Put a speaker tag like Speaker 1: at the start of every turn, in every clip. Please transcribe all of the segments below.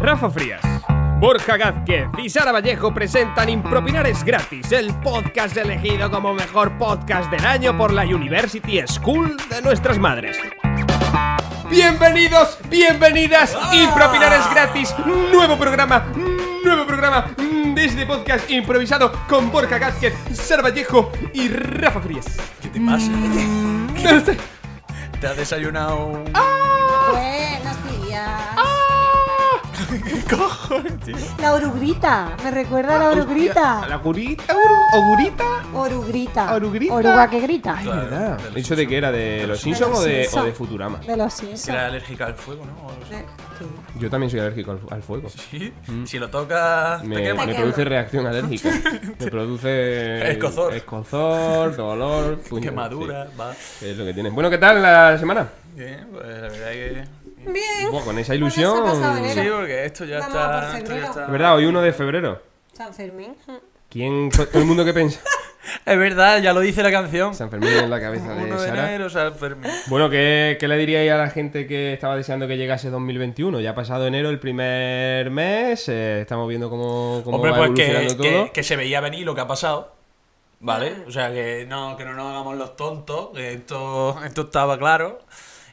Speaker 1: Rafa Frías, Borja Gázquez y Sara Vallejo presentan Impropinares Gratis, el podcast elegido como mejor podcast del año por la University School de nuestras madres. Bienvenidos, bienvenidas, Impropinares Gratis, nuevo programa, nuevo programa de este podcast improvisado con Borja Gázquez, Sara Vallejo y Rafa Frías.
Speaker 2: ¿Qué te pasa?
Speaker 1: Mm. No lo sé.
Speaker 2: ¿Te has desayunado un
Speaker 1: Ah.
Speaker 3: Buenos días.
Speaker 2: cojones, tío?
Speaker 3: La orugrita. Me recuerda a la
Speaker 1: Ah, ¿A
Speaker 3: orugrita.
Speaker 1: la gurita? ¿O gurita?
Speaker 3: Orugrita.
Speaker 1: ¿Orugrita?
Speaker 3: Oruga que grita.
Speaker 2: Claro, de
Speaker 1: ¿Verdad?
Speaker 2: los
Speaker 1: ¿Eso Ah, de que era? ¿De los Simpsons o
Speaker 3: los
Speaker 1: de, o
Speaker 3: Simpson.
Speaker 1: de Futurama?
Speaker 3: De los
Speaker 2: Que era
Speaker 3: Simpsons.
Speaker 2: alérgica al fuego, ¿no? O algo así.
Speaker 3: De-
Speaker 1: Yo también soy alérgico al, al fuego.
Speaker 2: Sí. Si lo tocas, te
Speaker 1: Mm. Me, me
Speaker 2: quema.
Speaker 3: quema.
Speaker 1: produce reacción alérgica. Me produce.
Speaker 2: Escozor.
Speaker 1: escozor, dolor. puño,
Speaker 2: Quemadura, va.
Speaker 1: sí, es lo que tienes. Bueno, ¿qué tal la semana?
Speaker 2: Bien, pues la verdad que.
Speaker 3: Bien.
Speaker 1: Buah, con esa
Speaker 3: Bueno, eso ha
Speaker 1: ilusión.
Speaker 3: pasado en
Speaker 2: Sí,
Speaker 3: Pero-
Speaker 2: porque esto ya
Speaker 3: Vamos a por
Speaker 2: está. Esto ya
Speaker 3: febrero.
Speaker 2: está.
Speaker 1: Es verdad, hoy 1 de febrero.
Speaker 3: San Fermín.
Speaker 1: ¿Quién, todo el mundo que piensa?
Speaker 2: Es verdad, ya lo dice la canción.
Speaker 1: San Fermín en la cabeza de
Speaker 2: 1 de
Speaker 1: Sara.
Speaker 2: enero, San Fermín.
Speaker 1: Bueno, ¿qué, qué le diríais a la gente que estaba deseando que llegase 2021? Ya ha pasado enero, el primer mes, eh, estamos viendo cómo, cómo
Speaker 2: Hombre,
Speaker 1: va
Speaker 2: pues que,
Speaker 1: evolucionando
Speaker 2: que-
Speaker 1: todo.
Speaker 2: que se veía venir lo que ha pasado. ¿Vale? O sea, que no, que no nos hagamos los tontos, que esto, esto estaba claro.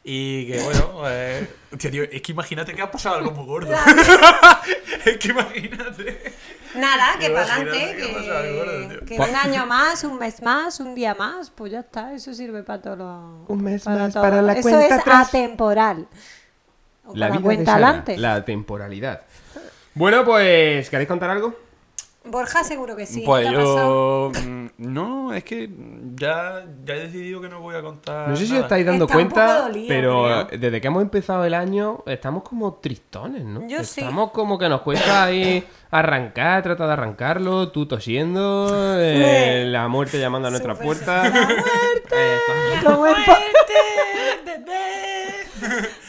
Speaker 2: Y que bueno, eh, hostia, tío, es que imagínate que ha pasado algo muy gordo. es que imagínate.
Speaker 3: Nada, que
Speaker 2: Yo
Speaker 3: para
Speaker 2: voy a girar,
Speaker 3: adelante.
Speaker 2: tío, pasa algo, gordo,
Speaker 3: Que,
Speaker 2: tío.
Speaker 3: que
Speaker 1: Pa-
Speaker 3: un año más, un mes más, un día más. Pues ya está. Eso sirve para todo lo.
Speaker 1: Un mes
Speaker 3: para
Speaker 1: más
Speaker 3: todo.
Speaker 1: para la
Speaker 3: Eso
Speaker 1: cuenta
Speaker 3: es
Speaker 1: atrás.
Speaker 3: atemporal. O
Speaker 1: La vida
Speaker 3: para
Speaker 1: de
Speaker 3: cuenta
Speaker 1: Sara,
Speaker 3: adelante.
Speaker 1: la temporalidad. Bueno, pues, ¿queréis contar algo?
Speaker 3: Borja, seguro que sí.
Speaker 2: pues
Speaker 3: ¿Qué ha pasado?
Speaker 2: yo. mm, No, es que ya, ya he decidido que no voy a contar.
Speaker 1: No sé si os
Speaker 2: Ah, nada.
Speaker 1: estáis dando
Speaker 3: Está un
Speaker 1: cuenta,
Speaker 3: poco dolido,
Speaker 1: pero
Speaker 3: creo.
Speaker 1: eh, desde que hemos empezado el año estamos como tristones, ¿no?
Speaker 3: Yo sí.
Speaker 1: estamos como que nos cuesta ahí arrancar, tratar de arrancarlo, tú tosiendo, eh, la muerte llamando a nuestra
Speaker 3: Súper
Speaker 1: puerta. Eh, todo.
Speaker 3: Como en po-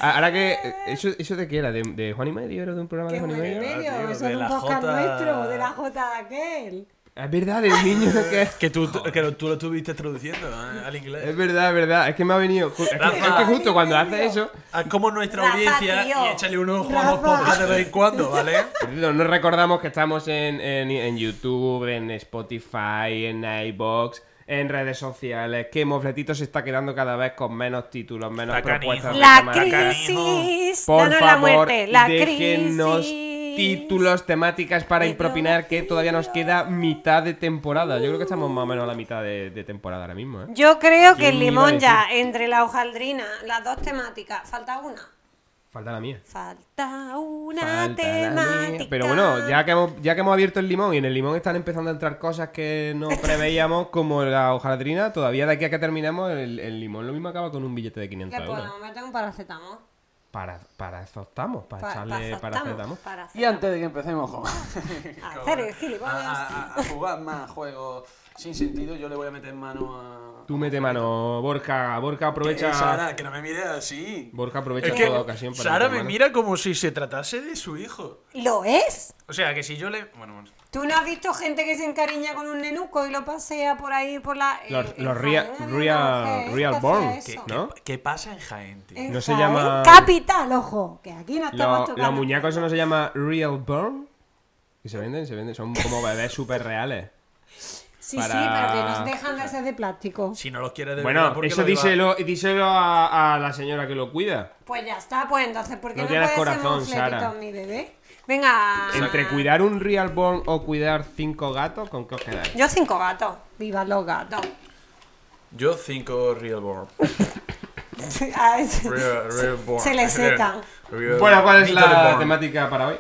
Speaker 1: Ah, Ahora que. ¿Eso, eso de qué era? ¿De, de Juan y Medio? ¿Era de un programa
Speaker 3: ¿Qué
Speaker 1: de Juan y
Speaker 3: bueno y
Speaker 1: Medio?
Speaker 2: Ah, tío,
Speaker 3: medio? Eso
Speaker 2: de
Speaker 3: es
Speaker 2: la
Speaker 3: un podcast
Speaker 2: Jota.
Speaker 3: nuestro, de la Jota de aquel.
Speaker 1: Ah, Es verdad, del niño que.
Speaker 2: Que tú, que lo- tú lo estuviste traduciendo eh, al inglés.
Speaker 1: Es verdad, es verdad. Es que me ha venido. ju- Es que,
Speaker 2: Rafa.
Speaker 1: es que justo cuando hace eso.
Speaker 2: Ah, Como nuestra
Speaker 3: Rafa,
Speaker 2: audiencia
Speaker 3: tío.
Speaker 2: y échale un ojo a los
Speaker 3: Rafa.
Speaker 2: podcasts de vez en cuando, ¿vale?
Speaker 1: No no recordamos que estamos en, en- en YouTube, en Spotify, en iBox, en redes sociales. Que Mofletito se está quedando cada vez con menos títulos, menos
Speaker 2: Está canijo.
Speaker 1: propuestas. de
Speaker 3: La
Speaker 1: cámara.
Speaker 3: crisis.
Speaker 1: Por
Speaker 3: danos
Speaker 1: favor,
Speaker 3: la muerte. La
Speaker 1: déjennos
Speaker 3: crisis.
Speaker 1: títulos, temáticas para
Speaker 3: Pero-
Speaker 1: impropinar que todavía nos queda mitad de temporada. Yo creo que estamos más o menos a la mitad de, de temporada ahora mismo, ¿eh?
Speaker 3: Yo creo
Speaker 1: Yo
Speaker 3: que el
Speaker 1: ni iba a
Speaker 3: limón ya, entre la hojaldrina, las dos temáticas, falta una.
Speaker 1: Falta la mía.
Speaker 3: Falta una
Speaker 1: Falta la mía.
Speaker 3: temática.
Speaker 1: Pero bueno, ya que, hemos, ya que hemos abierto el limón y en el limón están empezando a entrar cosas que no preveíamos, como la hojaldrina, todavía de aquí a que terminemos, el, el limón lo mismo acaba con un billete de 500
Speaker 3: Le
Speaker 1: euros.
Speaker 3: podemos meter un paracetamol.
Speaker 1: Para, para eso estamos, para
Speaker 3: Pa-
Speaker 1: echarle
Speaker 3: paracetamol,
Speaker 1: para estamos.
Speaker 3: paracetamol.
Speaker 4: Y antes de que empecemos con-
Speaker 3: A hacer el gilipollas.
Speaker 4: a, a- a jugar más juegos sin sentido, yo le voy a meter mano a.
Speaker 1: Tú mete mano, Borja, Borja
Speaker 4: Eh,
Speaker 1: aprovecha.
Speaker 4: Sara, que no me mires así.
Speaker 1: Borja aprovecha
Speaker 2: Es que
Speaker 1: toda ocasión para
Speaker 2: Sara
Speaker 1: meter
Speaker 2: me
Speaker 1: mano.
Speaker 2: mira como si se tratase de su hijo.
Speaker 3: ¿Lo es?
Speaker 2: O sea, que si yo le... Bueno, bueno.
Speaker 3: ¿Tú no has visto gente que se encariña con un nenuco y lo pasea por ahí, por la...
Speaker 1: Los-
Speaker 3: eh,
Speaker 1: los
Speaker 3: en
Speaker 1: rea-
Speaker 3: Jaén, en
Speaker 1: real-
Speaker 3: Jaén,
Speaker 1: real
Speaker 3: qué
Speaker 1: born,
Speaker 3: feo
Speaker 1: que-
Speaker 3: eso.
Speaker 1: que- ¿No?
Speaker 2: ¿Qué, qué pasa en Jaén, tío?
Speaker 3: En
Speaker 1: no se
Speaker 3: Jaén,
Speaker 1: llama-
Speaker 3: Capital, ojo, que aquí no estamos
Speaker 1: Lo-
Speaker 3: tocando.
Speaker 1: los muñecos eso no se llama Real Burn. Y se venden, se venden, son como bebés súper reales.
Speaker 3: Sí, sí,
Speaker 1: para-
Speaker 3: pero que nos dejan de hacer de plástico.
Speaker 2: Si no los quieres de verdad,
Speaker 1: Bueno,
Speaker 2: ¿por qué
Speaker 1: eso
Speaker 2: los llevas?
Speaker 1: díselo, díselo a, a la señora que lo cuida.
Speaker 3: Pues ya está, pues entonces, ¿por qué
Speaker 1: No
Speaker 3: no,
Speaker 1: tienes
Speaker 3: puede
Speaker 1: corazón,
Speaker 3: ser un
Speaker 1: Sara.
Speaker 3: fletito mi bebé? Venga.
Speaker 1: Entre cuidar un Real Born o cuidar cinco gatos, ¿con qué os quedáis?
Speaker 3: Yo cinco gatos. Viva los gatos.
Speaker 2: Yo cinco real born.
Speaker 3: Ah, es-
Speaker 2: Real, real born.
Speaker 3: se le secan.
Speaker 2: Real-
Speaker 1: Bueno, ¿cuál es
Speaker 2: Little
Speaker 1: la
Speaker 2: born.
Speaker 1: temática para hoy?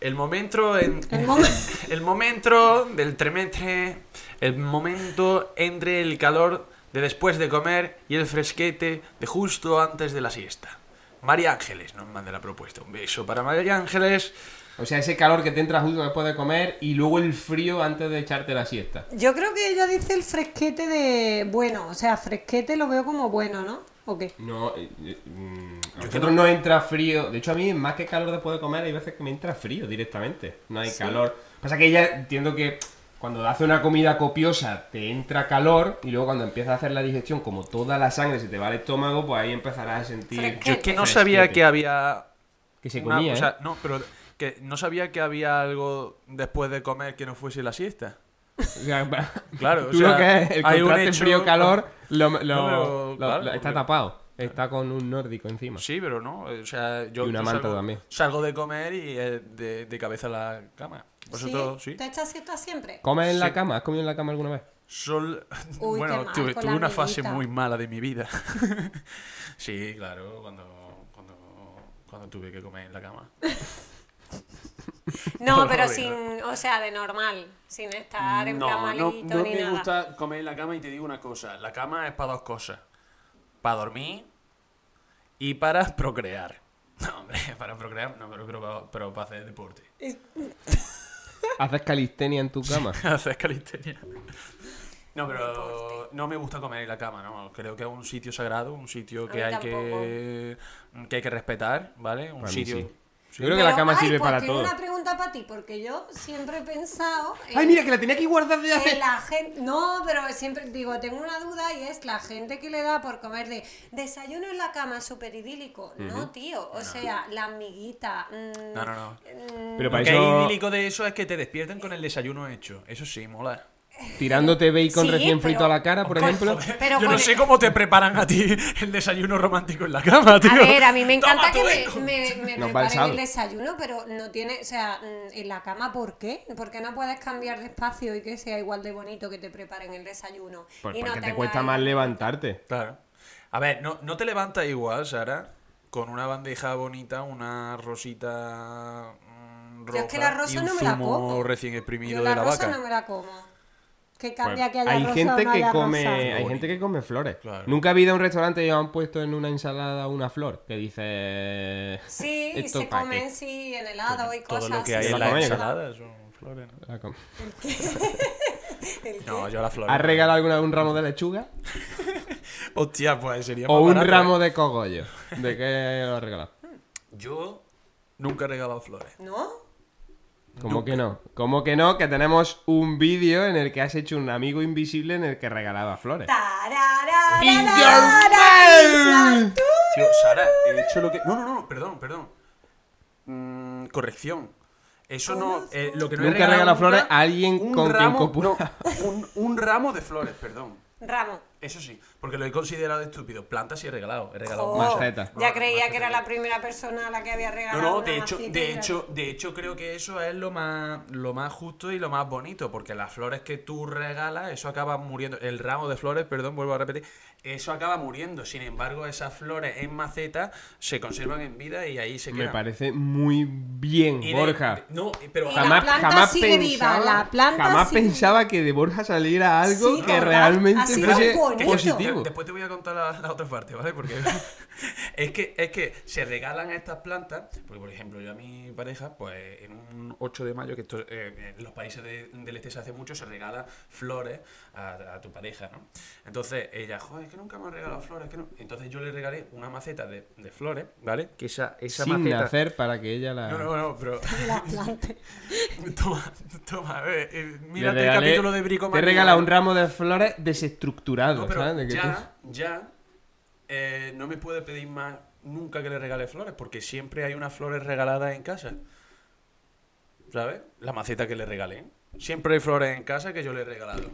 Speaker 2: El momento en...
Speaker 3: El momento.
Speaker 2: El momento del trimestre, el momento entre el calor de después de comer y el fresquete de justo antes de la siesta. María Ángeles nos manda la propuesta. Un beso para María Ángeles.
Speaker 1: O sea, ese calor que te entra justo después de comer y luego el frío antes de echarte la siesta.
Speaker 3: Yo creo que ella dice el fresquete de. Bueno, o sea, fresquete lo veo como bueno, ¿no? ¿O qué?
Speaker 1: No, eh, eh, mm, a nosotros no entra frío. De hecho, a mí, más que calor después de comer, hay veces que me entra frío directamente. No hay calor. Pasa que ella, entiendo que cuando hace una comida copiosa, te entra calor. Y luego cuando empieza a hacer la digestión, como toda la sangre se te va al estómago, pues ahí empezarás a sentir.
Speaker 3: Fresquete.
Speaker 2: Yo es que no sabía que había
Speaker 1: Que se
Speaker 2: una-
Speaker 1: comía,
Speaker 2: o sea,
Speaker 1: ¿eh?
Speaker 2: no, pero que no sabía que había algo después de comer que no fuese la siesta.
Speaker 1: O sea,
Speaker 2: Claro, o
Speaker 1: tú
Speaker 2: sea,
Speaker 1: lo que es, el
Speaker 2: hay un
Speaker 1: contraste
Speaker 2: hecho-
Speaker 1: frío-calor lo, lo-
Speaker 2: No, pero,
Speaker 1: lo-
Speaker 2: claro,
Speaker 1: lo- está
Speaker 2: porque-
Speaker 1: tapado. Está con un nórdico encima.
Speaker 2: Sí, pero no. eh, O sea, yo
Speaker 1: Y una
Speaker 2: yo
Speaker 1: manta
Speaker 2: salgo,
Speaker 1: también.
Speaker 2: salgo de comer y eh, de, de cabeza a la cama. Vosotros, Pues sí.
Speaker 3: ¿Te echas siesta siempre?
Speaker 1: ¿Comes en la
Speaker 2: Sí.
Speaker 1: cama? ¿Has comido en la cama alguna vez?
Speaker 2: Sol...
Speaker 3: Uy, qué
Speaker 2: bueno,
Speaker 3: mal,
Speaker 2: tuve,
Speaker 3: con
Speaker 2: tuve
Speaker 3: la
Speaker 2: una fase
Speaker 3: amiguita.
Speaker 2: muy mala de mi vida. sí, claro, cuando, cuando, cuando tuve que comer en la cama.
Speaker 3: No,
Speaker 2: No,
Speaker 3: pero
Speaker 2: no,
Speaker 3: sin, o sea, de normal, sin estar en plan
Speaker 4: No, no,
Speaker 3: malito
Speaker 4: no
Speaker 3: ni
Speaker 4: me
Speaker 3: nada.
Speaker 4: gusta comer en la cama y te digo una
Speaker 2: O
Speaker 4: cosa.
Speaker 2: sea, la cama es para dos cosas. Para dormir y para procrear. No, hombre, para procrear no, pero, creo pa- pero para hacer deporte.
Speaker 1: ¿Haces calistenia en tu cama?
Speaker 2: Hacer calistenia. No, pero no me gusta comer en la cama, ¿no? Creo que es un sitio sagrado, un sitio
Speaker 3: mí
Speaker 2: que hay que, que hay que respetar, ¿vale? Un
Speaker 1: Para mí
Speaker 2: sitio...
Speaker 1: sí.
Speaker 2: Sí.
Speaker 1: Yo creo que la
Speaker 3: Pero,
Speaker 1: cama
Speaker 3: ay,
Speaker 1: sirve
Speaker 3: pues
Speaker 1: para
Speaker 3: tengo
Speaker 1: todo.
Speaker 3: una pregunta para ti, porque yo siempre he pensado en,
Speaker 1: ¡Ay, mira, que la tenía que guardar de
Speaker 3: en
Speaker 1: hace...
Speaker 3: la gente... No, pero siempre digo, tengo una duda y es la gente que le da por comer de desayuno en la cama, súper idílico. No, tío, o sea, la amiguita... mm,
Speaker 2: No, no, no.
Speaker 3: mm,
Speaker 1: Pero
Speaker 2: Lo
Speaker 1: para
Speaker 2: que es
Speaker 1: eso,
Speaker 2: idílico de eso es que te despiertan con el desayuno hecho. Eso sí, mola.
Speaker 1: tirándote bacon
Speaker 3: Sí,
Speaker 1: recién frito
Speaker 3: pero-
Speaker 1: a la cara, por ejemplo...
Speaker 3: Pero
Speaker 2: Yo
Speaker 3: con
Speaker 2: no
Speaker 3: el-
Speaker 2: sé cómo te preparan a ti el desayuno romántico en la cama, tío.
Speaker 3: A ver, a mí me
Speaker 2: Toma
Speaker 3: encanta
Speaker 2: tu
Speaker 3: que
Speaker 2: bacon.
Speaker 3: me, me, me
Speaker 1: Nos va el
Speaker 3: preparen
Speaker 1: sábado.
Speaker 3: el desayuno, pero no tiene, o sea, mm, en la cama, ¿por qué? ¿Por qué no puedes cambiar de espacio y que sea igual de bonito que te preparen el desayuno?
Speaker 1: Pues
Speaker 3: y no
Speaker 1: porque te
Speaker 3: tengas
Speaker 1: cuesta
Speaker 3: el-
Speaker 1: más levantarte.
Speaker 2: Claro. A ver, no, no te levantas igual, Sara, con una bandeja bonita, una rosita mm, roja
Speaker 3: Yo es que la rosa
Speaker 2: y un
Speaker 3: no me la
Speaker 2: zumo
Speaker 3: como.
Speaker 2: recién
Speaker 3: Yo
Speaker 2: exprimido
Speaker 3: la
Speaker 2: de la
Speaker 3: rosa
Speaker 2: vaca.
Speaker 3: no me la como. Que
Speaker 1: Pues,
Speaker 3: cambia que haya
Speaker 1: hay
Speaker 3: rosa o
Speaker 1: gente
Speaker 3: no
Speaker 1: que
Speaker 3: haya
Speaker 1: come
Speaker 3: rosa.
Speaker 1: hay gente que come flores
Speaker 2: Claro.
Speaker 1: nunca ha habido un restaurante y han puesto en una ensalada una flor que dice
Speaker 3: Sí, y
Speaker 1: esto
Speaker 3: se
Speaker 1: pa' qué".
Speaker 3: comen sí en helado y
Speaker 2: Todo
Speaker 3: cosas.
Speaker 2: lo que
Speaker 3: sí,
Speaker 2: hay
Speaker 1: ¿La
Speaker 2: en la
Speaker 1: coméis?
Speaker 2: ensalada son flores, ¿no?
Speaker 1: La com-
Speaker 2: No, yo las flores.
Speaker 1: ¿Has regalado alguna vez un ramo de lechuga
Speaker 2: Hostia, pues sería
Speaker 1: o
Speaker 2: más
Speaker 1: un
Speaker 2: barato,
Speaker 1: ramo de cogollo? ¿De qué lo has regalado?
Speaker 2: ¿eh? Yo nunca he regalado flores.
Speaker 3: ¿No?
Speaker 1: ¿Cómo que no? ¿Cómo que no? Que tenemos un vídeo en el que has hecho un amigo invisible en el que regalaba flores.
Speaker 3: Tararara,
Speaker 1: In your
Speaker 3: tararara,
Speaker 1: mouth.
Speaker 3: tú.
Speaker 2: Tío, Sara, he hecho lo que. No, no, no, perdón, perdón. Mm, corrección. Eso no. eh, lo que no he
Speaker 1: Nunca he
Speaker 2: regalado
Speaker 1: regalado flores
Speaker 2: nunca-
Speaker 1: a alguien
Speaker 2: un
Speaker 1: con quien
Speaker 2: ramo-
Speaker 1: copula.
Speaker 4: No, un, un ramo de flores, perdón.
Speaker 3: Ramo.
Speaker 2: Eso sí, porque lo he considerado estúpido. Plantas sí he regalado. He regalado
Speaker 3: Jo,
Speaker 1: Maceta.
Speaker 3: Ya creía que era la primera persona a la que había
Speaker 2: No,
Speaker 3: regalado.
Speaker 2: no,
Speaker 3: una
Speaker 2: de hecho,
Speaker 3: maceta
Speaker 2: de
Speaker 3: y
Speaker 2: hecho, de hecho creo que eso es lo más, lo más justo y lo más bonito, porque las flores que tú regalas, eso acaba muriendo, el ramo de flores, perdón, vuelvo a repetir, eso acaba muriendo. Sin embargo, esas flores en maceta se conservan en vida y ahí se
Speaker 1: Me
Speaker 2: quedan.
Speaker 1: parece muy bien,
Speaker 2: Y de-
Speaker 1: Pues Borja.
Speaker 2: de- no, pero
Speaker 3: Y la
Speaker 1: Jamás,
Speaker 3: planta
Speaker 1: jamás
Speaker 3: sigue viva,
Speaker 1: pensaba,
Speaker 3: la planta
Speaker 1: jamás
Speaker 3: sigue-
Speaker 1: pensaba que de Borja saliera algo
Speaker 3: Sí,
Speaker 1: que
Speaker 3: total, ha
Speaker 1: realmente
Speaker 3: sido
Speaker 1: fuese
Speaker 3: bonito.
Speaker 1: positivo.
Speaker 2: De- después te voy a contar la, la otra parte, ¿vale? Porque es, que, es que se regalan estas plantas, porque por ejemplo yo a mi pareja, pues en un 8 de mayo, que esto eh, en los países de- del este se hace mucho, se regala flores a, a tu pareja, ¿no? Entonces ella, joder, es que nunca me han regalado flores, que no. Entonces yo le regalé una maceta de, de flores, ¿vale? Que esa, esa
Speaker 1: Sin
Speaker 2: maceta...
Speaker 1: nacer para que ella la...
Speaker 2: No, no, no, pero...
Speaker 3: La planta.
Speaker 2: Toma, toma, eh, eh,
Speaker 1: Le
Speaker 2: mírate el
Speaker 1: regalé-
Speaker 2: capítulo de Brico
Speaker 1: Te regala un ramo de flores desestructurado,
Speaker 2: No, pero
Speaker 1: ¿sabes? De que
Speaker 2: ya, ya, eh, no me puede pedir más nunca que le regale flores, porque siempre hay unas flores regaladas en casa. ¿Sabes? La maceta que le regalé. Siempre hay flores en casa que yo le he regalado.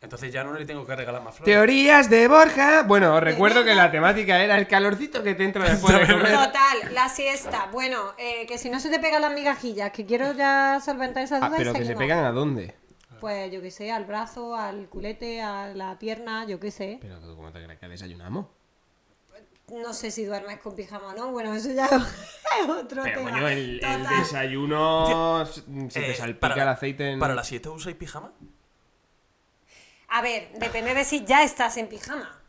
Speaker 2: Entonces ya no le tengo que regalar más
Speaker 1: tú-
Speaker 2: flores.
Speaker 1: Teorías de Borja. Bueno, os recuerdo que la temática era el calorcito que te entra después de comer. Ah,
Speaker 3: Total, la siesta. Bueno, eh, que si no se te pegan las migajillas, que quiero ya solventar esas
Speaker 1: Ah,
Speaker 3: dudas. y
Speaker 1: pero que se
Speaker 3: seguimos.
Speaker 1: pegan a dónde.
Speaker 3: Pues yo qué sé, al brazo, al culete, a la pierna, yo qué sé.
Speaker 1: Pero tú, ¿cómo te crees que desayunamos?
Speaker 3: No sé si duermes con pijama o no. Bueno, eso ya es otro
Speaker 1: Pero
Speaker 3: tema.
Speaker 1: coño, el, el
Speaker 3: Total.
Speaker 1: desayuno se se te
Speaker 2: Eh,
Speaker 1: salpica
Speaker 2: para-
Speaker 1: el aceite en...
Speaker 2: ¿Para la siesta usáis pijama?
Speaker 3: A ver, depende de si ya estás en pijama.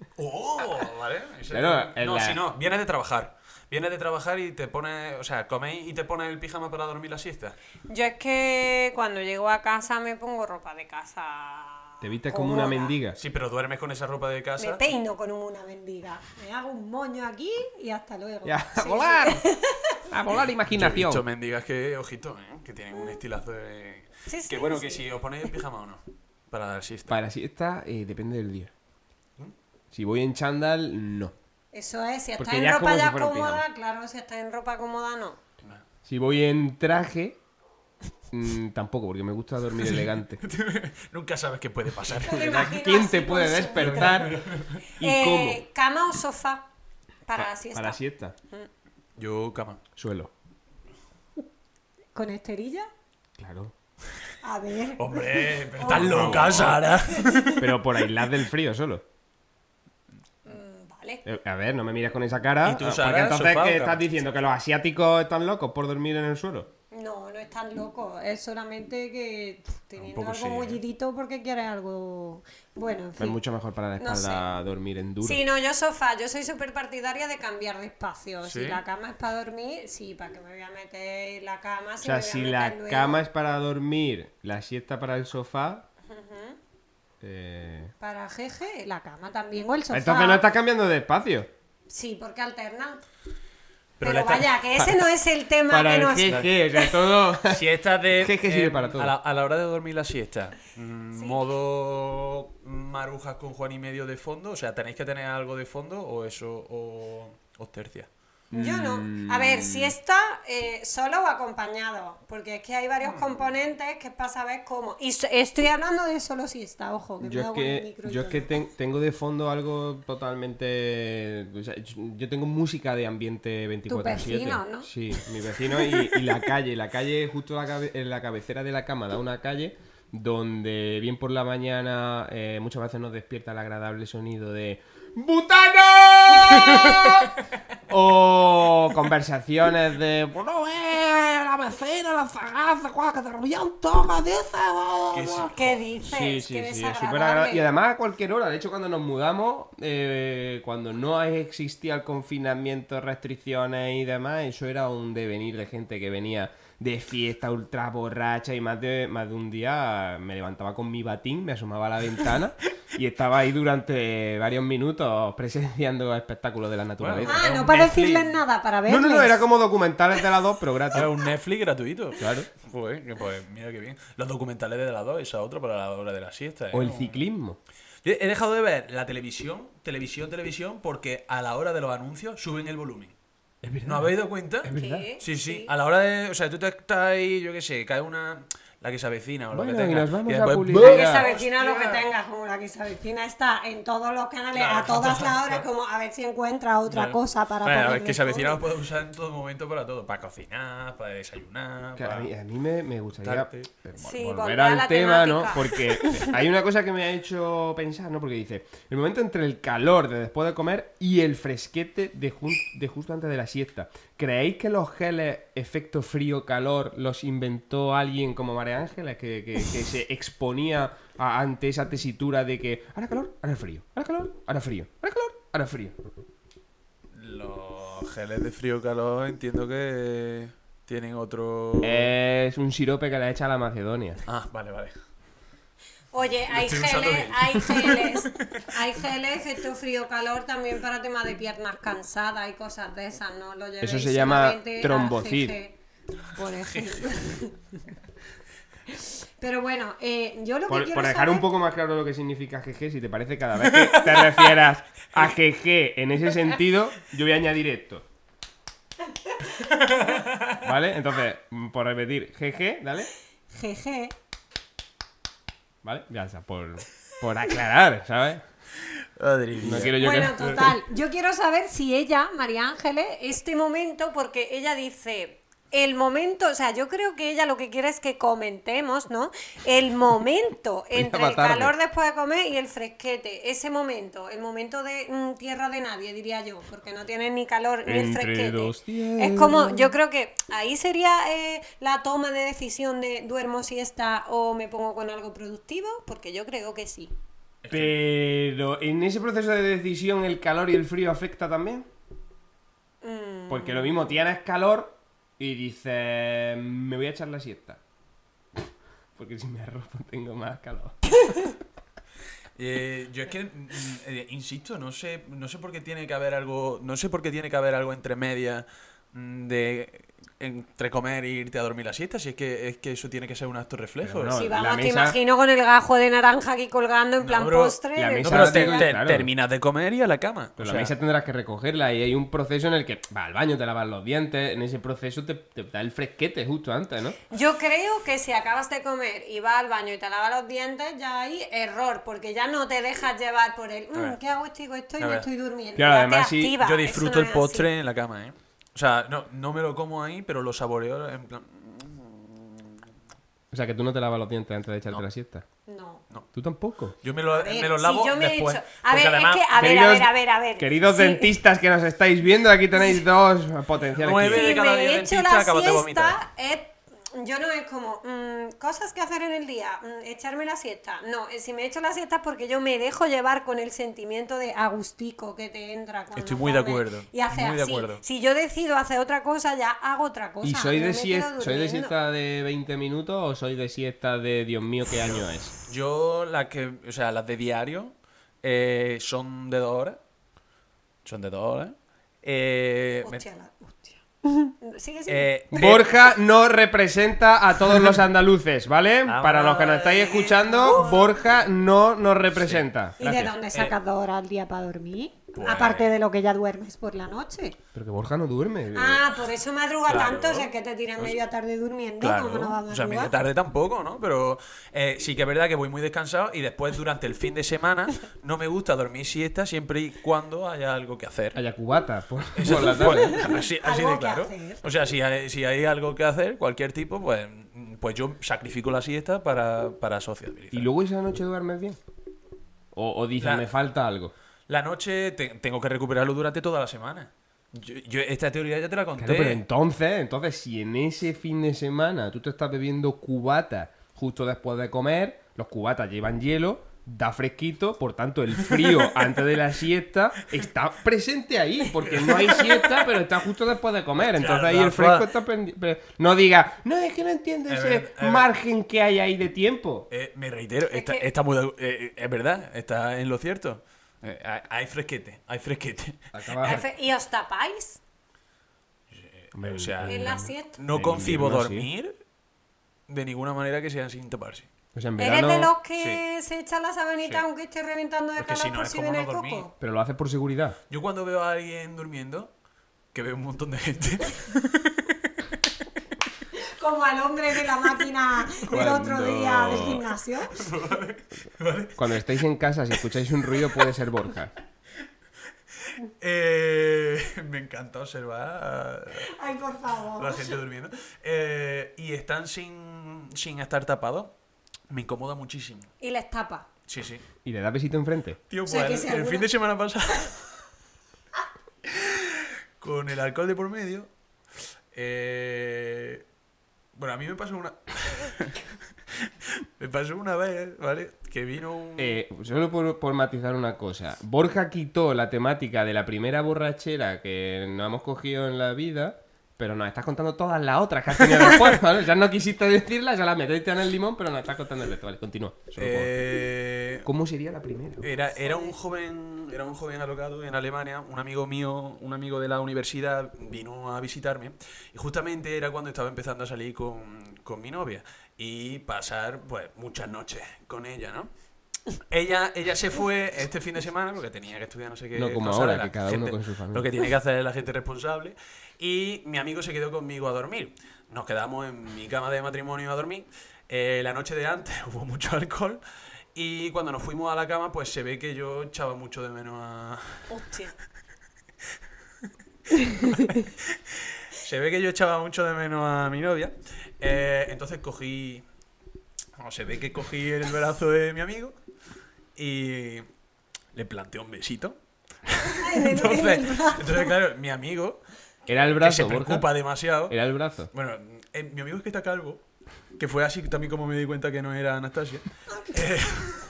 Speaker 2: ¡Oh! ¿Vale? Eso-
Speaker 1: Claro, en
Speaker 2: no,
Speaker 1: la-
Speaker 2: si no, vienes de trabajar. Vienes de trabajar y te pones, o sea, coméis y te pones el pijama para dormir la siesta.
Speaker 3: Yo es que cuando llego a casa me pongo ropa de casa.
Speaker 1: Te vistes como una
Speaker 3: cómoda.
Speaker 1: mendiga.
Speaker 2: Sí, pero duermes con esa ropa de casa.
Speaker 3: Me peino con una mendiga. Me hago un moño aquí y hasta luego.
Speaker 1: Ya,
Speaker 3: Sí,
Speaker 1: a volar. A volar imaginación.
Speaker 2: Yo he visto mendigas que, ojito, ¿eh? que tienen un estilazo de...
Speaker 3: Sí, sí,
Speaker 2: que bueno, que
Speaker 3: sí.
Speaker 2: si os ponéis en pijama o no, para dar siesta.
Speaker 1: Para siesta eh, depende del día. Si voy en chándal, no.
Speaker 3: Eso es, si estás
Speaker 1: Porque
Speaker 3: en
Speaker 1: ya es
Speaker 3: ropa
Speaker 1: como
Speaker 3: ya
Speaker 1: si fuera un
Speaker 3: cómoda,
Speaker 1: pijama.
Speaker 3: claro, si estás en ropa cómoda, no.
Speaker 1: Si voy en traje, mm, tampoco, porque me gusta dormir elegante.
Speaker 2: Nunca sabes qué puede pasar.
Speaker 3: Te lo imagino
Speaker 1: ¿Quién
Speaker 3: así
Speaker 1: te
Speaker 3: con
Speaker 1: puede
Speaker 3: su-
Speaker 1: despertar? ¿Y
Speaker 3: Eh,
Speaker 1: cómo?
Speaker 3: Cama o sofá para
Speaker 1: Pa-
Speaker 3: la siesta.
Speaker 1: Para siesta.
Speaker 2: Yo, cama.
Speaker 1: Suelo.
Speaker 3: ¿Con esterilla?
Speaker 1: Claro.
Speaker 3: A ver.
Speaker 1: Oh.
Speaker 2: Hombre, pero estás loca, Sara.
Speaker 1: Pero por aislar del frío solo.
Speaker 3: mm, Vale.
Speaker 1: Eh, A ver, no me mires con esa cara.
Speaker 2: ¿Y tú,
Speaker 1: ah,
Speaker 2: Sara,
Speaker 1: porque entonces
Speaker 2: sofá o
Speaker 1: ¿qué
Speaker 2: cama?
Speaker 1: estás diciendo que los asiáticos están locos por dormir en el suelo.
Speaker 3: No, no es tan loco. Es solamente que pff, teniendo
Speaker 2: poco
Speaker 3: algo
Speaker 2: sí, ¿eh?
Speaker 3: mullidito porque quieres algo. Bueno, en fin.
Speaker 1: Es mucho mejor para la
Speaker 3: No
Speaker 1: espalda dormir en duro.
Speaker 3: Sí, no, yo sofá, yo soy súper partidaria de cambiar de espacio.
Speaker 2: ¿Sí?
Speaker 3: Si la cama es para dormir, sí, para que me voy a meter en la cama.
Speaker 1: o sea, si
Speaker 3: si me voy a
Speaker 1: la
Speaker 3: meter luego.
Speaker 1: cama es para dormir, la siesta para el sofá. eh,
Speaker 3: Para jeje, la cama también o el sofá.
Speaker 1: Entonces no estás cambiando de espacio.
Speaker 3: Sí, porque alternan.
Speaker 2: Pero
Speaker 3: Pero,
Speaker 2: la está-
Speaker 3: vaya, que ese no es el tema
Speaker 1: Para
Speaker 3: que
Speaker 1: el
Speaker 3: nos...
Speaker 1: jeje, o sea, todo.
Speaker 2: Siesta de. eh,
Speaker 1: Es que sirve para todo.
Speaker 2: A la, a la hora de dormir la siesta. mm, Modo marujas con Juan y medio de fondo. O sea, ¿tenéis que tener algo de fondo o eso o os tercia?
Speaker 3: Yo no. A ver,
Speaker 1: Mm.
Speaker 3: si está eh, solo o acompañado, porque es que hay varios componentes que es para saber cómo. Y so- estoy hablando de solo si está, ojo, que
Speaker 1: Yo
Speaker 3: me
Speaker 1: es
Speaker 3: hago el
Speaker 1: que,
Speaker 3: micro y
Speaker 1: yo es
Speaker 3: todo.
Speaker 1: que ten- tengo de fondo algo totalmente... o sea, yo tengo música de ambiente 24/7.
Speaker 3: vecino, ¿no?
Speaker 1: Sí, mi vecino y, y la calle. La calle, justo la cabe- en la cabecera de la cama, da una calle donde bien por la mañana eh, muchas veces nos despierta el agradable sonido de... ¡Butano! o conversaciones de... Bueno, eh, la vecina, la zagaza, guau, que te rompía un toque, dice... guau,
Speaker 2: Que sí.
Speaker 1: guau".
Speaker 3: ¿Qué dices?
Speaker 1: Sí, sí,
Speaker 3: Qué
Speaker 1: sí, es súper
Speaker 3: desagradable.
Speaker 1: agradable. Y además a cualquier hora. De hecho, cuando nos mudamos, eh, cuando no existía el confinamiento, restricciones y demás, eso era un devenir de gente que venía de fiesta ultra borracha y más de, más de un día me levantaba con mi batín, me asomaba a la ventana y estaba ahí durante varios minutos presenciando espectáculos de la naturaleza.
Speaker 3: Ah,
Speaker 2: Era
Speaker 3: no
Speaker 2: un
Speaker 3: para
Speaker 2: Netflix.
Speaker 3: decirles nada, para ver.
Speaker 1: no, no, no, era como documentales de la dos, pero gratis.
Speaker 2: Era un Netflix gratuito.
Speaker 1: Claro.
Speaker 2: Joder, que pues mira qué bien. Los documentales de la 2, esa otra para la hora de la siesta. ¿eh?
Speaker 1: O el
Speaker 2: Un-
Speaker 1: ciclismo.
Speaker 2: Yo he dejado de ver la televisión, televisión, televisión, porque a la hora de los anuncios suben el volumen. ¿No habéis dado cuenta?
Speaker 1: verdad.
Speaker 2: Sí, sí. A la hora de. O sea, tú te estás ahí, yo qué sé, cae una. La que se avecina o lo
Speaker 1: Bueno,
Speaker 2: que
Speaker 1: y
Speaker 2: tenga.
Speaker 1: nos vamos a
Speaker 2: después-
Speaker 1: publicidad.
Speaker 3: La que se avecina lo que
Speaker 2: Hostia.
Speaker 3: tengas, como la que se avecina está en todos los canales,
Speaker 2: Claro,
Speaker 3: a todas
Speaker 2: claro,
Speaker 3: las horas,
Speaker 2: claro.
Speaker 3: como a ver si encuentra otra
Speaker 2: Claro.
Speaker 3: cosa para
Speaker 2: Bueno,
Speaker 3: ponerle
Speaker 2: es que se avecina lo
Speaker 3: fondo.
Speaker 2: puedes usar en todo momento para todo. Para cocinar, para desayunar.
Speaker 1: Que a
Speaker 2: para-
Speaker 1: mí, a mí me, me gustaría
Speaker 2: Darte.
Speaker 1: eh, vol-
Speaker 3: Sí, volver
Speaker 1: volver
Speaker 3: a
Speaker 1: al
Speaker 3: la
Speaker 1: tema,
Speaker 3: temática.
Speaker 1: ¿no? Porque hay una cosa que me ha hecho pensar, ¿no? Porque dice, el momento entre el calor de después de comer y el fresquete de, jun- de justo antes de la siesta. ¿Creéis que los geles efecto frío-calor los inventó alguien como María Ángeles que, que- que se exponía a- ante esa tesitura de que ahora calor, ahora frío, ahora calor, ahora frío, ahora calor, ahora frío?
Speaker 2: Los geles de frío calor entiendo que tienen otro.
Speaker 1: Es un sirope que le echa a la Macedonia.
Speaker 2: Ah, vale, vale.
Speaker 3: Oye, hay
Speaker 2: estoy usando
Speaker 3: geles,
Speaker 2: bien.
Speaker 3: hay geles, hay geles, efecto frío-calor también para tema de piernas cansadas y cosas de esas, ¿no? Lo llevéis
Speaker 1: Eso se llama
Speaker 3: solamente a
Speaker 1: trombocid.
Speaker 3: jeje, Por ejemplo. Pero bueno, eh, yo lo que
Speaker 1: Por,
Speaker 3: quiero
Speaker 1: por dejar
Speaker 3: saber-
Speaker 1: un poco más claro lo que significa GG, si te parece, cada vez que te refieras a GG en ese sentido, yo voy a añadir esto. ¿Vale? Entonces, mm, por repetir, GG, ¿vale?
Speaker 3: Jeje.
Speaker 1: ¿Vale? Ya está, por, por aclarar, ¿sabes?
Speaker 2: Madre
Speaker 1: No
Speaker 2: mía.
Speaker 1: quiero yo
Speaker 3: bueno,
Speaker 1: que...
Speaker 3: total. Yo quiero saber si ella, María Ángeles, este momento, porque ella dice. El momento, o sea, yo creo que ella lo que quiere es que comentemos, ¿no? El momento
Speaker 1: Ella
Speaker 3: entre
Speaker 1: va
Speaker 3: el
Speaker 1: tarde.
Speaker 3: calor después de comer y el fresquete, ese momento, el momento de mm, tierra de nadie, diría yo, porque no tiene ni calor ni el
Speaker 1: Entre
Speaker 3: fresquete.
Speaker 1: dos
Speaker 3: es como, yo creo que ahí sería eh, la toma de decisión de duermo siesta o me pongo con algo productivo, porque yo creo que sí.
Speaker 1: Pero, ¿en ese proceso de decisión el calor y el frío afecta también?
Speaker 3: Mm.
Speaker 1: Porque lo mismo, tienes calor y dices, me voy a echar la siesta. Porque si me arropo tengo más calor.
Speaker 2: Eh, yo es que mm, eh, insisto, no sé, no sé por qué tiene que haber algo, no sé por qué tiene que haber algo entre medias mm, de entre comer e irte a dormir la siesta, si es que, es que eso tiene que ser un acto reflejo.
Speaker 1: Pero
Speaker 2: ¿no?
Speaker 1: no,
Speaker 3: si
Speaker 1: la
Speaker 3: vamos, te
Speaker 1: mesa-
Speaker 3: imagino con el gajo de naranja aquí colgando en plan
Speaker 2: pero
Speaker 3: postre.
Speaker 1: la
Speaker 3: de-
Speaker 1: mesa-
Speaker 2: No, pero
Speaker 1: Exacto,
Speaker 2: te- te-
Speaker 1: claro.
Speaker 2: terminas de comer y a la cama.
Speaker 1: Pero
Speaker 2: O
Speaker 1: la
Speaker 2: sea,
Speaker 1: mesa tendrás que recogerla y hay un proceso en el que vas al baño, te lavas los dientes, en ese proceso te, te da el fresquete justo antes, ¿no?
Speaker 3: Yo creo que si acabas de comer y vas al baño y te lavas los dientes, ya hay error, porque ya no te dejas llevar por el
Speaker 2: A
Speaker 3: "Mm,
Speaker 2: ver.
Speaker 3: ¿qué hago esto? Estoy
Speaker 2: A
Speaker 3: me
Speaker 2: ver.
Speaker 3: estoy durmiendo.
Speaker 1: Claro,
Speaker 3: Ya te
Speaker 1: además, sí,
Speaker 3: activa,
Speaker 2: yo
Speaker 3: Ah, eso
Speaker 2: disfruto
Speaker 3: no
Speaker 2: el
Speaker 3: es
Speaker 2: postre
Speaker 3: así.
Speaker 2: en la cama, ¿eh? O sea, no, no me lo como ahí, pero lo saboreo en plan...
Speaker 1: O sea, que tú no te lavas los dientes antes de echarte la siesta.
Speaker 3: No.
Speaker 1: ¿Tú tampoco?
Speaker 2: Yo me lo,
Speaker 3: A ver,
Speaker 2: me lo
Speaker 3: si
Speaker 2: lavo
Speaker 3: yo me he
Speaker 2: después.
Speaker 3: hecho- A
Speaker 2: Porque
Speaker 3: ver,
Speaker 2: además,
Speaker 3: es que, a ver, a ver, a ver, a ver.
Speaker 1: Queridos
Speaker 3: Sí.
Speaker 1: dentistas que nos estáis viendo, aquí tenéis dos potenciales.
Speaker 2: Nueve
Speaker 1: clientes.
Speaker 2: de
Speaker 3: si
Speaker 2: cada
Speaker 3: me
Speaker 2: diez
Speaker 3: he hecho
Speaker 2: dentistas
Speaker 3: la
Speaker 2: acabas de
Speaker 3: siesta,
Speaker 2: vomitar.
Speaker 3: es, yo no es como mm, cosas que hacer en el día, mm, echarme la siesta. No, eh, si me he hecho la siesta es porque yo me dejo llevar con el sentimiento de agustico que te entra. Cuando
Speaker 2: Estoy muy de
Speaker 3: comes.
Speaker 2: acuerdo,
Speaker 3: Y hace
Speaker 2: muy de
Speaker 3: así.
Speaker 2: acuerdo.
Speaker 3: Si yo decido hacer otra cosa, ya hago otra cosa.
Speaker 1: ¿Y soy
Speaker 3: no
Speaker 1: de,
Speaker 3: me
Speaker 1: sies-
Speaker 3: quedo
Speaker 1: soy de
Speaker 3: durmiendo.
Speaker 1: siesta de 20 minutos o soy de siesta de Dios mío, qué año es?
Speaker 2: Yo, las que, o sea, las de diario eh, son de dos horas. Son de dos horas. Eh, me-
Speaker 3: Hostia, la- hostia. Sigue, sigue.
Speaker 2: eh, de-
Speaker 1: Borja no representa a todos los andaluces, ¿vale?
Speaker 2: Ah,
Speaker 1: Para los que nos estáis escuchando, Borja no nos representa.
Speaker 3: ¿Y de
Speaker 1: Gracias.
Speaker 3: dónde sacas dos horas al día para dormir?
Speaker 2: eh. pues-
Speaker 3: Aparte de lo que ya duermes por la noche.
Speaker 1: Pero que Borja no duerme.
Speaker 3: Ah, por eso madruga
Speaker 2: Claro. Pues
Speaker 3: tanto, o sea que te tiras media tarde durmiendo,
Speaker 2: Claro,
Speaker 3: ¿cómo no va a
Speaker 2: o sea, media
Speaker 3: madrugar?
Speaker 2: tarde tampoco, ¿no? Pero eh, sí que es verdad que voy muy descansado y después durante el fin de semana no me gusta dormir siesta siempre y cuando haya algo que hacer.
Speaker 1: Haya cubata, por,
Speaker 2: Eso-
Speaker 1: por la tarde.
Speaker 2: pues, así, así
Speaker 3: Algo
Speaker 2: de
Speaker 3: que
Speaker 2: claro.
Speaker 3: hacer.
Speaker 2: O sea, si hay, si hay algo que hacer, cualquier tipo, pues, mm, pues yo sacrifico la siesta para, para sociabilizar.
Speaker 1: ¿Y luego esa noche duermes bien? ¿O, o dices,
Speaker 2: La-
Speaker 1: me falta algo?
Speaker 2: La noche te- tengo que recuperarlo durante toda la semana. Yo, yo esta teoría ya te la conté.
Speaker 1: Claro, pero entonces, entonces, si en ese fin de semana tú te estás bebiendo cubata justo después de comer, los cubatas llevan hielo, da fresquito, por tanto el frío antes de la siesta está presente ahí, porque no hay siesta, pero está justo después de comer, entonces ahí el fresco está pendiente. No diga, no, es que no entiendo
Speaker 2: Es
Speaker 1: ese
Speaker 2: verdad, es verdad.
Speaker 1: margen que hay ahí de tiempo.
Speaker 2: Eh, me reitero, está,
Speaker 3: que-
Speaker 2: está muy de- eh, eh, es verdad, está en lo cierto. Eh, hay- hay fresquete, hay fresquete.
Speaker 1: Acaba-
Speaker 3: Jefe, ¿Y os tapáis
Speaker 1: Hombre,
Speaker 2: o sea,
Speaker 3: en la siesta?
Speaker 2: No
Speaker 1: En
Speaker 2: concibo
Speaker 1: invierno,
Speaker 2: dormir de ninguna manera que sea sin taparse.
Speaker 1: o sea, en
Speaker 3: ¿Eres de
Speaker 1: verano-
Speaker 3: los que se echa la sabanita
Speaker 2: Sí.
Speaker 3: aunque esté reventando de
Speaker 2: Porque
Speaker 3: calor
Speaker 2: si no,
Speaker 3: por
Speaker 2: es
Speaker 3: si
Speaker 2: como
Speaker 3: viene
Speaker 2: no
Speaker 3: el
Speaker 2: dormir.
Speaker 3: coco?
Speaker 1: Pero lo haces por seguridad.
Speaker 2: Yo cuando veo a alguien durmiendo, que veo un montón de gente,
Speaker 3: Como al hombre de la máquina del otro
Speaker 1: Cuando-
Speaker 3: día del gimnasio.
Speaker 1: Cuando estáis en casa, si escucháis un ruido, puede ser Borja.
Speaker 2: eh, me encanta observar
Speaker 3: Ay, por
Speaker 2: a la
Speaker 3: favor.
Speaker 2: gente durmiendo. Eh, y están sin, sin estar tapados. Me incomoda muchísimo.
Speaker 3: Y les tapa.
Speaker 2: Sí, sí.
Speaker 1: ¿Y le das besito enfrente?
Speaker 2: Tío,
Speaker 3: O sea,
Speaker 2: pues,
Speaker 3: que
Speaker 2: el, el
Speaker 3: seguro-
Speaker 2: fin de semana pasado, con el alcohol de por medio, eh, bueno, a mí me pasó una... me pasó una vez, ¿vale? Que vino un...
Speaker 1: Eh, solo por, por matizar una cosa. Borja quitó la temática de la primera borrachera que no hemos cogido en la vida, pero nos estás contando todas las otras que has tenido después, ¿vale? Ya no quisiste decirlas, ya las metiste en el limón, pero nos estás contando el resto. Vale, continúa. Solo
Speaker 2: eh,
Speaker 1: por- ¿Cómo sería la primera?
Speaker 2: Era, era un joven, era un joven alocado en Alemania, un amigo mío, un amigo de la universidad vino a visitarme y justamente era cuando estaba empezando a salir con, con mi novia y pasar pues muchas noches con ella, ¿no? Ella, ella se fue este fin de semana porque tenía que estudiar no sé qué.
Speaker 1: No como
Speaker 2: cosa,
Speaker 1: ahora,
Speaker 2: la
Speaker 1: que cada uno con su familia.
Speaker 2: Lo que tiene que hacer es la gente responsable. Y mi amigo se quedó conmigo a dormir. Nos quedamos en mi cama de matrimonio a dormir. Eh, la noche de antes hubo mucho alcohol. Y cuando nos fuimos a la cama, pues se ve que yo echaba mucho de menos a.
Speaker 3: Hostia.
Speaker 2: Se ve que yo echaba mucho de menos a mi novia. Eh, entonces cogí. bueno, se ve que cogí el brazo de mi amigo. Y. Le planteé un besito. Entonces, entonces claro, mi amigo,
Speaker 1: Era el
Speaker 2: que se
Speaker 1: brazo,
Speaker 2: preocupa
Speaker 1: Borja.
Speaker 2: demasiado.
Speaker 1: Era el brazo.
Speaker 2: Bueno, eh, mi amigo es que está calvo, que fue así también como me di cuenta que no era Anastasia.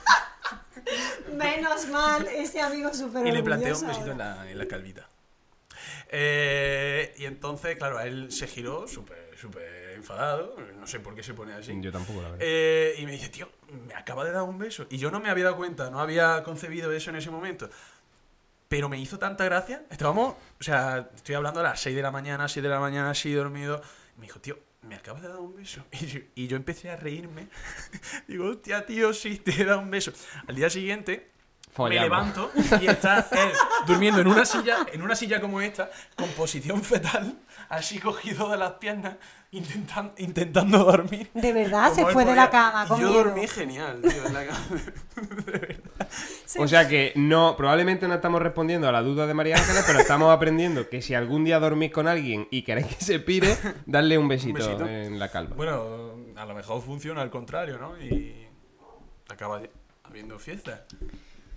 Speaker 3: Menos mal, ese amigo súper
Speaker 2: Y le planteó
Speaker 3: orgulloso
Speaker 2: un besito en
Speaker 3: ahora.
Speaker 2: la, en la calvita. Eh, y entonces, claro, él se giró súper, súper enfadado. No sé por qué se pone así.
Speaker 1: Yo tampoco, la verdad.
Speaker 2: Eh, y me dice, tío, me acaba de dar un beso. Y yo no me había dado cuenta, no había concebido eso en ese momento. Pero me hizo tanta gracia. Estábamos, o sea, estoy hablando a las 6 de la mañana, 7 de la mañana, así dormido. Me dijo, tío, me acabas de dar un beso. Y yo, y yo empecé a reírme. Digo, hostia, tío, sí, te he dado un beso. Al día siguiente,
Speaker 1: Follamos.
Speaker 2: me levanto y está él durmiendo en una silla, en una silla como esta, con posición fetal, así cogido de las piernas, intentan- intentando dormir.
Speaker 3: De verdad, se
Speaker 2: Como él
Speaker 3: fue de
Speaker 2: podía.
Speaker 3: la cama.
Speaker 2: Y
Speaker 3: con
Speaker 2: yo
Speaker 3: miedo.
Speaker 2: dormí genial, tío, en la cama.
Speaker 3: Sí.
Speaker 1: O sea que no, probablemente no estamos respondiendo a la duda de María Ángeles, pero estamos aprendiendo que si algún día dormís con alguien y queréis que se pire, darle un besito,
Speaker 2: besito.
Speaker 1: en la calva.
Speaker 2: Bueno, a lo mejor funciona al contrario, ¿no? Y acaba habiendo fiesta.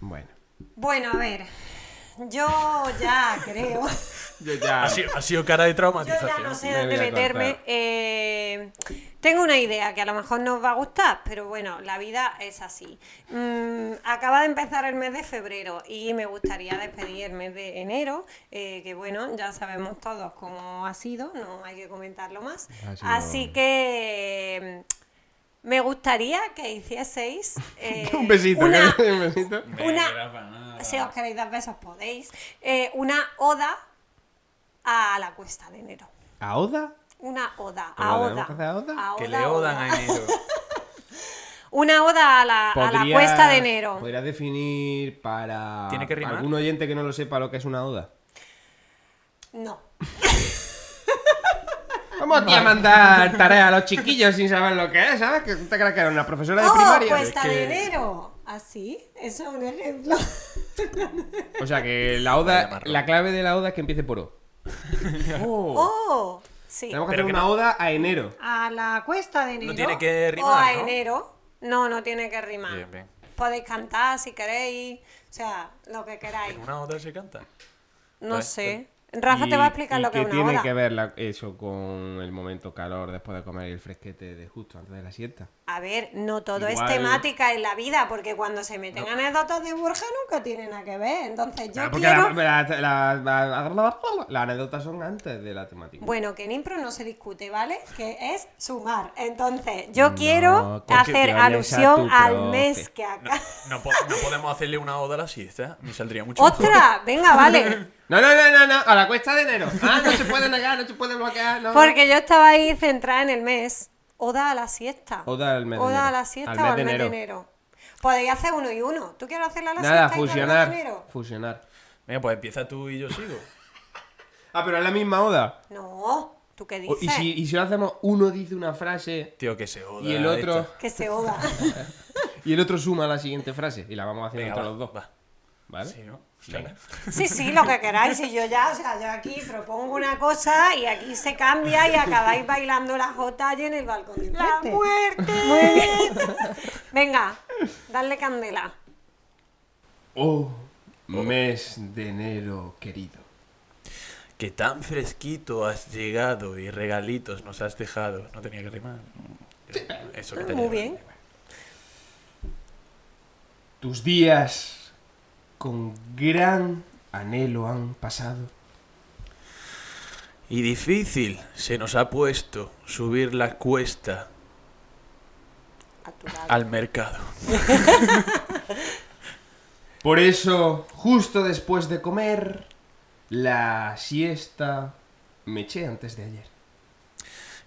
Speaker 1: Bueno.
Speaker 3: Bueno, a ver. Yo ya creo.
Speaker 1: Yo ya.
Speaker 2: Ha sido, ha sido cara de
Speaker 3: Yo ya
Speaker 2: traumatización.
Speaker 3: no sé
Speaker 1: Me voy
Speaker 3: dónde
Speaker 1: a
Speaker 3: meterme.
Speaker 1: cortar.
Speaker 3: Eh, tengo una idea que a lo mejor no os va a gustar, pero bueno, la vida es así. Mm, acaba de empezar el mes de febrero y me gustaría despedir el mes de enero, eh, que bueno, ya sabemos todos cómo ha sido, no hay que comentarlo más.
Speaker 1: Ha sido-
Speaker 3: Así que mm, me gustaría que hicieseis eh,
Speaker 1: un besito,
Speaker 3: una-
Speaker 1: ¿qué? un besito.
Speaker 2: Me
Speaker 3: Una-
Speaker 2: era para nada.
Speaker 3: si os queréis dar besos podéis, eh, una oda a la cuesta de enero.
Speaker 1: ¿A Oda?
Speaker 3: Una oda,
Speaker 1: ¿Pero le
Speaker 3: a oda.
Speaker 1: tenemos que hacer oda?
Speaker 3: a
Speaker 2: Que
Speaker 3: oda,
Speaker 2: le odan
Speaker 3: oda.
Speaker 2: a enero.
Speaker 3: Una oda a la, a la
Speaker 1: Podrías-
Speaker 3: cuesta de enero.
Speaker 1: Podrías definir para
Speaker 2: ¿Tiene que rimar?
Speaker 1: algún oyente que no lo sepa lo que es una oda.
Speaker 3: No.
Speaker 1: Vamos aquí a mandar tareas a los chiquillos sin saber lo que es, ¿sabes? Que tú te crees que era una profesora de
Speaker 3: ¡Oh,
Speaker 1: primaria.
Speaker 3: cuesta
Speaker 2: Es que-
Speaker 3: de enero! Así, eso es un ejemplo.
Speaker 1: O sea que la
Speaker 2: Vaya
Speaker 1: oda,
Speaker 2: marrón.
Speaker 1: la clave de la oda es que empiece por O.
Speaker 3: ¡Oh! Sí.
Speaker 1: Tenemos que
Speaker 2: Pero
Speaker 1: hacer
Speaker 2: que
Speaker 1: una oda a enero.
Speaker 3: A la cuesta de enero.
Speaker 2: tiene que
Speaker 3: O a
Speaker 2: rimar, ¿no?
Speaker 3: enero. No, no tiene que rimar.
Speaker 2: Bien, bien.
Speaker 3: Podéis cantar si queréis. O sea, lo que queráis.
Speaker 2: En una otra se canta.
Speaker 3: No
Speaker 2: Vale.
Speaker 3: sé. Rafa
Speaker 1: ¿Y-
Speaker 3: te va a explicar
Speaker 1: y
Speaker 3: lo que
Speaker 1: qué
Speaker 3: es una
Speaker 1: tiene
Speaker 3: oda.
Speaker 1: que ver la- eso con el momento calor después de comer y el fresquete de justo antes de la siesta?
Speaker 3: A ver, no todo
Speaker 1: Igual-
Speaker 3: es temática en la vida, porque cuando se meten anécdotas de Burja nunca tienen nada que ver. Entonces yo
Speaker 1: Ah, porque
Speaker 3: quiero...
Speaker 1: la- la- la- la- la- las anécdotas son antes de la temática.
Speaker 3: Bueno, que en impro no se discute, ¿vale? Que es sumar. Entonces, yo
Speaker 1: No,
Speaker 3: quiero
Speaker 1: que
Speaker 3: hacer
Speaker 1: te vayas a
Speaker 3: alusión
Speaker 1: tu
Speaker 3: al
Speaker 1: profe.
Speaker 3: mes que acá.
Speaker 2: No, no po- no podemos hacerle una oda a la siesta. Me saldría mucho mejor.
Speaker 3: ¡Ostras! Venga, vale.
Speaker 1: No, no, no, no, no, a la cuesta de enero. Ah, no se puede negar, no se puede bloquear. No.
Speaker 3: Porque yo estaba ahí centrada en el mes. Oda a la siesta.
Speaker 1: Oda al mes de
Speaker 3: Oda
Speaker 1: enero.
Speaker 3: a la siesta
Speaker 1: Al
Speaker 3: o
Speaker 1: mes
Speaker 3: al
Speaker 1: de
Speaker 3: mes de
Speaker 1: enero.
Speaker 3: enero. Podéis hacer uno y uno. ¿Tú quieres hacerla a la
Speaker 1: Nada,
Speaker 3: siesta y tú al mes de
Speaker 1: fusionar.
Speaker 3: enero?
Speaker 1: Fusionar.
Speaker 2: Venga, pues empieza tú y yo sigo.
Speaker 1: Ah, pero es la misma oda.
Speaker 3: No, ¿tú qué
Speaker 1: O-
Speaker 3: dices?
Speaker 1: y, si, y si lo hacemos, uno dice una frase
Speaker 2: Tío, que se oda.
Speaker 1: y el otro
Speaker 2: esta.
Speaker 3: Que se oda.
Speaker 1: y el otro suma la siguiente frase y la vamos haciendo
Speaker 2: Venga,
Speaker 1: entre
Speaker 2: va,
Speaker 1: los dos.
Speaker 2: va.
Speaker 1: ¿Vale?
Speaker 2: Sí, ¿no? Venga.
Speaker 3: Sí, sí, lo que queráis. Y yo ya, o sea, yo aquí propongo una cosa y aquí se cambia y acabáis bailando la jota allí en el balcón de ¡La muerte! Muy bien. Venga, dale candela.
Speaker 1: Oh, mes de enero, querido.
Speaker 2: Que tan fresquito has llegado y regalitos nos has dejado. No tenía que rimar. Eso que te
Speaker 3: Muy
Speaker 2: lleva.
Speaker 3: bien.
Speaker 1: Tus días con gran anhelo han pasado.
Speaker 2: Y difícil se nos ha puesto subir la cuesta
Speaker 3: A tu lado.
Speaker 2: al mercado.
Speaker 1: Por eso, justo después de comer, la siesta me eché antes de ayer.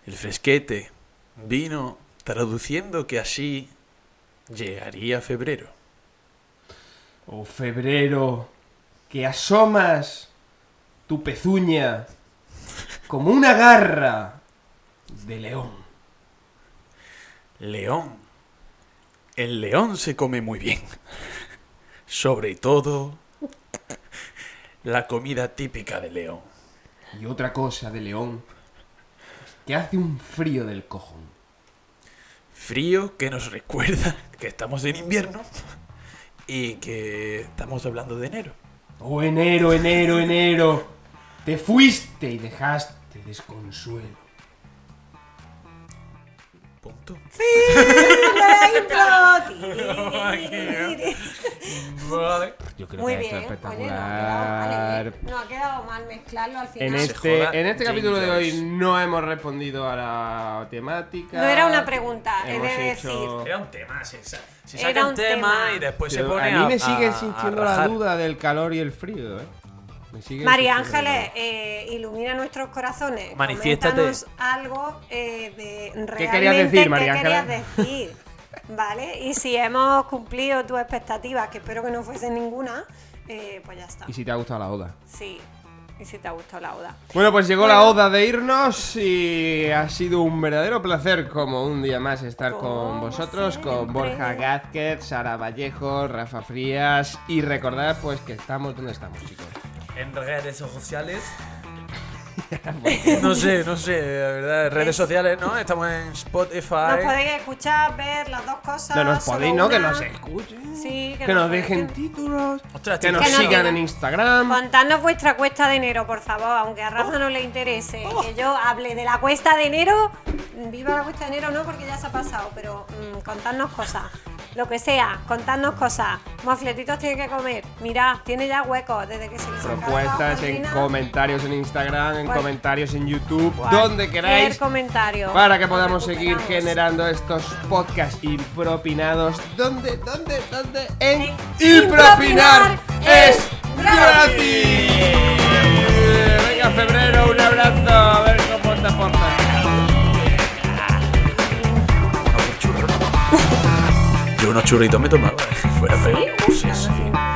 Speaker 2: El fresquete vino traduciendo que así llegaría febrero.
Speaker 1: Oh, febrero, que asomas tu pezuña como una garra de león.
Speaker 2: León. El león se come muy bien. Sobre todo la comida típica de león.
Speaker 1: Y otra cosa de león, que hace un frío del cojón.
Speaker 2: Frío que nos recuerda que estamos en invierno y que estamos hablando de enero.
Speaker 1: Oh, enero, enero, enero, te fuiste y dejaste desconsuelo.
Speaker 2: Punto.
Speaker 3: la intro.
Speaker 2: Vale.
Speaker 1: Yo creo
Speaker 3: Muy
Speaker 1: que
Speaker 3: bien.
Speaker 1: esto es
Speaker 3: Oye, no ha quedado
Speaker 1: espectacular.
Speaker 3: mal, ¿eh? No ha quedado mal mezclarlo al final.
Speaker 1: En
Speaker 2: se
Speaker 1: este,
Speaker 2: joda
Speaker 1: en este
Speaker 2: James
Speaker 1: capítulo de hoy
Speaker 2: Joyce.
Speaker 1: no hemos respondido a la temática.
Speaker 3: No era una pregunta, he
Speaker 1: Hemos
Speaker 3: de
Speaker 1: hecho-
Speaker 2: Era un tema, se, sa- se
Speaker 3: Era
Speaker 2: saca un
Speaker 3: un
Speaker 2: tema,
Speaker 3: tema.
Speaker 2: y después se
Speaker 1: Pero
Speaker 2: pone
Speaker 1: a mí me
Speaker 2: a-
Speaker 1: sigue
Speaker 2: a-
Speaker 1: existiendo
Speaker 2: a
Speaker 1: la
Speaker 2: rajar.
Speaker 1: duda del calor y el frío, ¿eh? Me sigue
Speaker 3: María
Speaker 1: existiendo la
Speaker 3: Ángeles,
Speaker 1: duda.
Speaker 3: eh, ilumina nuestros corazones.
Speaker 2: Manifiéstate.
Speaker 3: Coméntanos algo eh, de realmente
Speaker 1: ¿Qué querías decir, María
Speaker 3: querías
Speaker 1: Ángeles?
Speaker 3: decir, ¿Vale? Y si hemos cumplido tus expectativas, que espero que no fuese ninguna, eh, pues ya está.
Speaker 1: Y si te ha gustado la oda.
Speaker 3: Sí. Y si te ha gustado la oda.
Speaker 1: Bueno, pues llegó la
Speaker 3: Bueno.
Speaker 1: oda de irnos y ha sido un verdadero placer como un día más estar con
Speaker 3: Como
Speaker 1: vosotros, con
Speaker 3: siempre.
Speaker 1: Borja Gázquez, Sara Vallejo, Rafa Frías y recordad pues que estamos donde estamos, chicos.
Speaker 2: En redes sociales. no sé, no sé, la verdad. Redes sociales, ¿no? Estamos en
Speaker 3: Nos
Speaker 2: Spotify.
Speaker 3: podéis escuchar, ver las dos cosas.
Speaker 1: No nos
Speaker 3: solo
Speaker 1: podéis, ¿no? Que
Speaker 3: una.
Speaker 1: nos escuchen.
Speaker 3: Sí,
Speaker 1: que,
Speaker 3: que
Speaker 1: nos
Speaker 3: nos
Speaker 1: dejen
Speaker 3: escuchen.
Speaker 1: títulos.
Speaker 2: Ostras,
Speaker 1: que
Speaker 2: tío,
Speaker 1: nos
Speaker 3: que nos
Speaker 1: sigan
Speaker 3: digan.
Speaker 1: en Instagram.
Speaker 3: Contadnos vuestra cuesta de enero, por favor, aunque a Rafa no le interese que yo hable de la cuesta de enero. mm, Viva la cuesta de enero, no, porque ya se ha pasado, pero mm, contadnos cosas. Lo que sea, contadnos cosas. Mofletitos tiene que comer. Mirad, tiene ya huecos desde que se les acaba la
Speaker 1: Propuestas en
Speaker 3: gasolina.
Speaker 1: comentarios en Instagram, en
Speaker 3: Cual-
Speaker 1: comentarios en YouTube,
Speaker 3: Pues Cualquier
Speaker 1: donde queráis.
Speaker 3: comentario.
Speaker 1: Para que podamos seguir
Speaker 3: Recuperamos.
Speaker 1: generando estos podcasts impropinados. ¿Dónde, dónde, dónde? En
Speaker 3: En
Speaker 1: Impropinar
Speaker 3: Impropinar
Speaker 1: es
Speaker 3: es
Speaker 1: gratis. Venga, febrero, un abrazo. A ver cómo te portas.
Speaker 2: Yo unos churritos me tomaba. Fuera,
Speaker 3: ¿Sí?
Speaker 2: sí, sí.